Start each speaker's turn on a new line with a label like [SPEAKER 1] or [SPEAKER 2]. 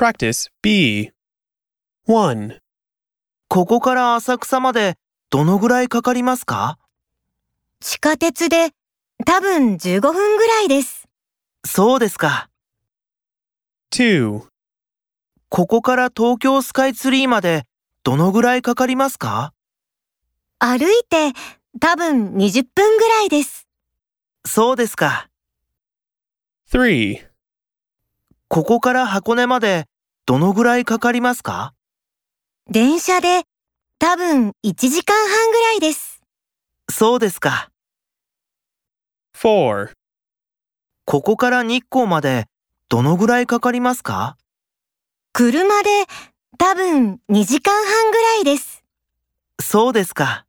[SPEAKER 1] Practice B. 1,
[SPEAKER 2] ここから浅草までどのぐらいかかりますか
[SPEAKER 3] 地下鉄で多分15分ぐらいです。
[SPEAKER 2] そうですか。
[SPEAKER 1] 2,
[SPEAKER 2] ここから東京スカイツリーまでどのぐらいかかりますか
[SPEAKER 3] 歩いて多分20分ぐらいです。
[SPEAKER 2] そうですか。
[SPEAKER 1] 3,
[SPEAKER 2] ここから箱根までどのぐらいかかりますか
[SPEAKER 3] 電車で多分1時間半ぐらいです。
[SPEAKER 2] そうですか。
[SPEAKER 1] 4,
[SPEAKER 2] ここから日光までどのぐらいかかりますか
[SPEAKER 3] 車で多分2時間半ぐらいです。
[SPEAKER 2] そうですか。